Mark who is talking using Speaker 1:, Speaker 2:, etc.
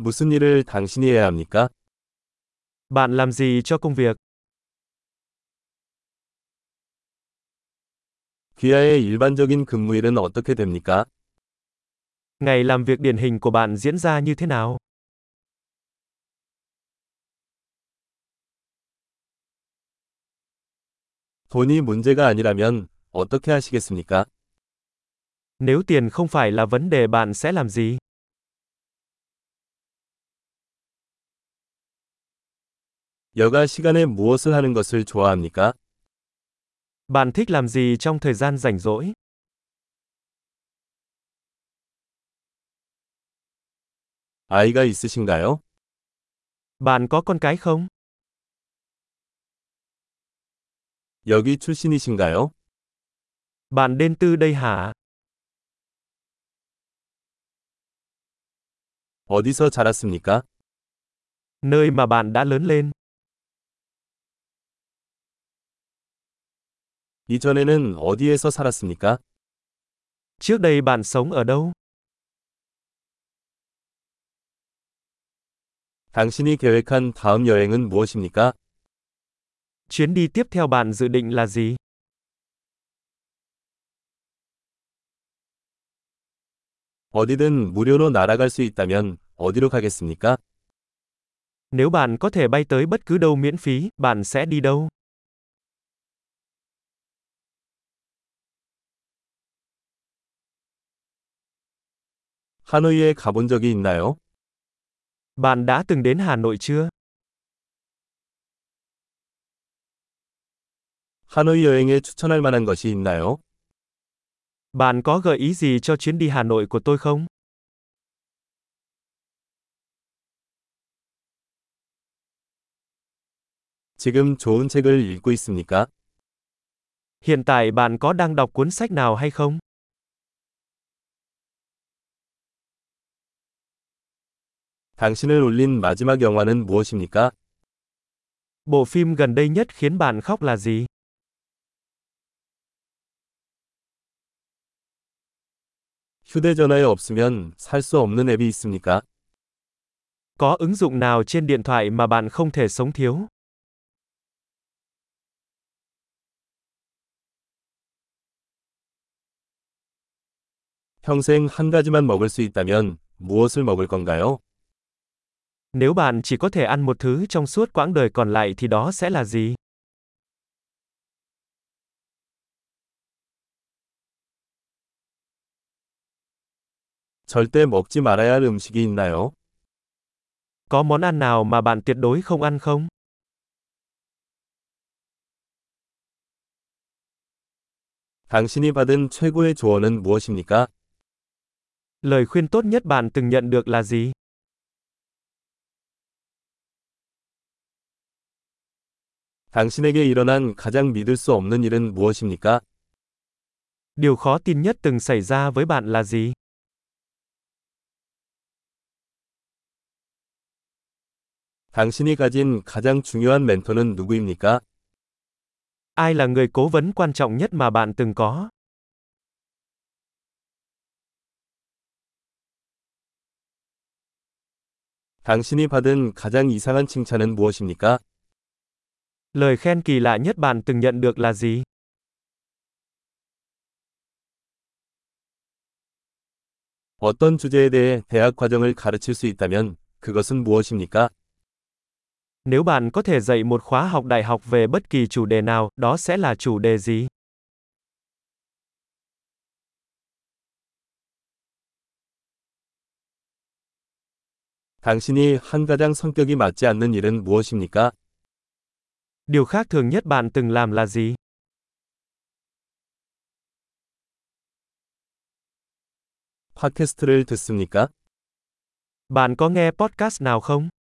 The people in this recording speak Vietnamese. Speaker 1: 무슨 일을 당신이 해야 합니까?
Speaker 2: Bạn làm gì cho công việc?
Speaker 1: 귀하의 일반적인 근무일은 어떻게 됩니까?
Speaker 2: Ngày làm việc điển hình của bạn diễn ra như thế nào?
Speaker 1: 돈이 문제가 아니라면 어떻게 하시겠습니까?
Speaker 2: Nếu tiền không phải là vấn đề bạn sẽ làm gì?
Speaker 1: 여가 시간에 무엇을 하는 것을 좋아합니까?
Speaker 2: Bạn thích làm gì trong thời gian rảnh rỗi?
Speaker 1: 아이가 있으신가요?
Speaker 2: Bạn có con cái không?
Speaker 1: 여기 출신이신가요?
Speaker 2: Bạn đến từ đây hả?
Speaker 1: 어디서 자랐습니까?
Speaker 2: Nơi mà bạn đã lớn lên.
Speaker 1: 이전에는 어디에서 살았습니까?
Speaker 2: Trước đây bạn sống ở đâu?
Speaker 1: 당신이 계획한 다음 여행은 무엇입니까?
Speaker 2: Chuyến đi tiếp theo bạn dự định là gì?
Speaker 1: 어디든 무료로 날아갈 수 있다면 어디로 가겠습니까?
Speaker 2: Nếu bạn có thể bay tới bất cứ đâu miễn phí, bạn sẽ đi đâu?
Speaker 1: 하노이에 가본 적이 있나요?
Speaker 2: Bạn đã từng đến Hà Nội chưa?
Speaker 1: 하노이 여행에 추천할 만한 것이 있나요?
Speaker 2: Bạn có gợi ý gì cho chuyến đi Hà Nội của tôi không?
Speaker 1: 지금 좋은 책을 읽고 있습니까?
Speaker 2: Hiện tại bạn có đang đọc cuốn sách nào hay không?
Speaker 1: 당신을 울린 마지막 영화는 무엇입니까?
Speaker 2: Bộ phim gần đây nhất khiến bạn khóc là gì?
Speaker 1: 휴대전화에 없으면 살 수 없는 앱이 있습니까?
Speaker 2: Có ứng dụng nào trên điện thoại mà bạn không thể sống thiếu?
Speaker 1: 평생 한 가지만 먹을 수 있다면 무엇을 먹을 건가요?
Speaker 2: Nếu bạn chỉ có thể ăn một thứ trong suốt quãng đời còn lại thì đó sẽ là gì?
Speaker 1: 절대 먹지 말아야 할 음식이 있나요?
Speaker 2: Có món ăn nào mà bạn tuyệt đối không ăn không?
Speaker 1: 당신이 받은 최고의 조언은 무엇입니까?
Speaker 2: Lời khuyên tốt nhất bạn từng nhận được là gì?
Speaker 1: 당신에게 일어난 가장 믿을 수 없는 일은 무엇입니까?
Speaker 2: Điều khó tin nhất từng xảy ra với bạn là gì?
Speaker 1: 당신이 가진 가장 중요한 멘토는 누구입니까?
Speaker 2: Ai là người cố vấn quan trọng nhất mà bạn từng có?
Speaker 1: 당신이 받은 가장 이상한 칭찬은 무엇입니까?
Speaker 2: Lời khen kỳ lạ nhất bạn từng nhận được là gì?
Speaker 1: 어떤 주제에 대해 대학 과정을 가르칠 수 있다면 그것은 무엇입니까?
Speaker 2: Nếu bạn có thể dạy một khóa học đại học về bất kỳ chủ đề nào, đó sẽ là chủ đề gì?
Speaker 1: 당신이 한 가장 성격이 맞지 않는 일은 무엇입니까?
Speaker 2: Điều khác thường nhất bạn từng làm là gì?
Speaker 1: 팟캐스트를 듣습니까?
Speaker 2: Bạn có nghe podcast nào không?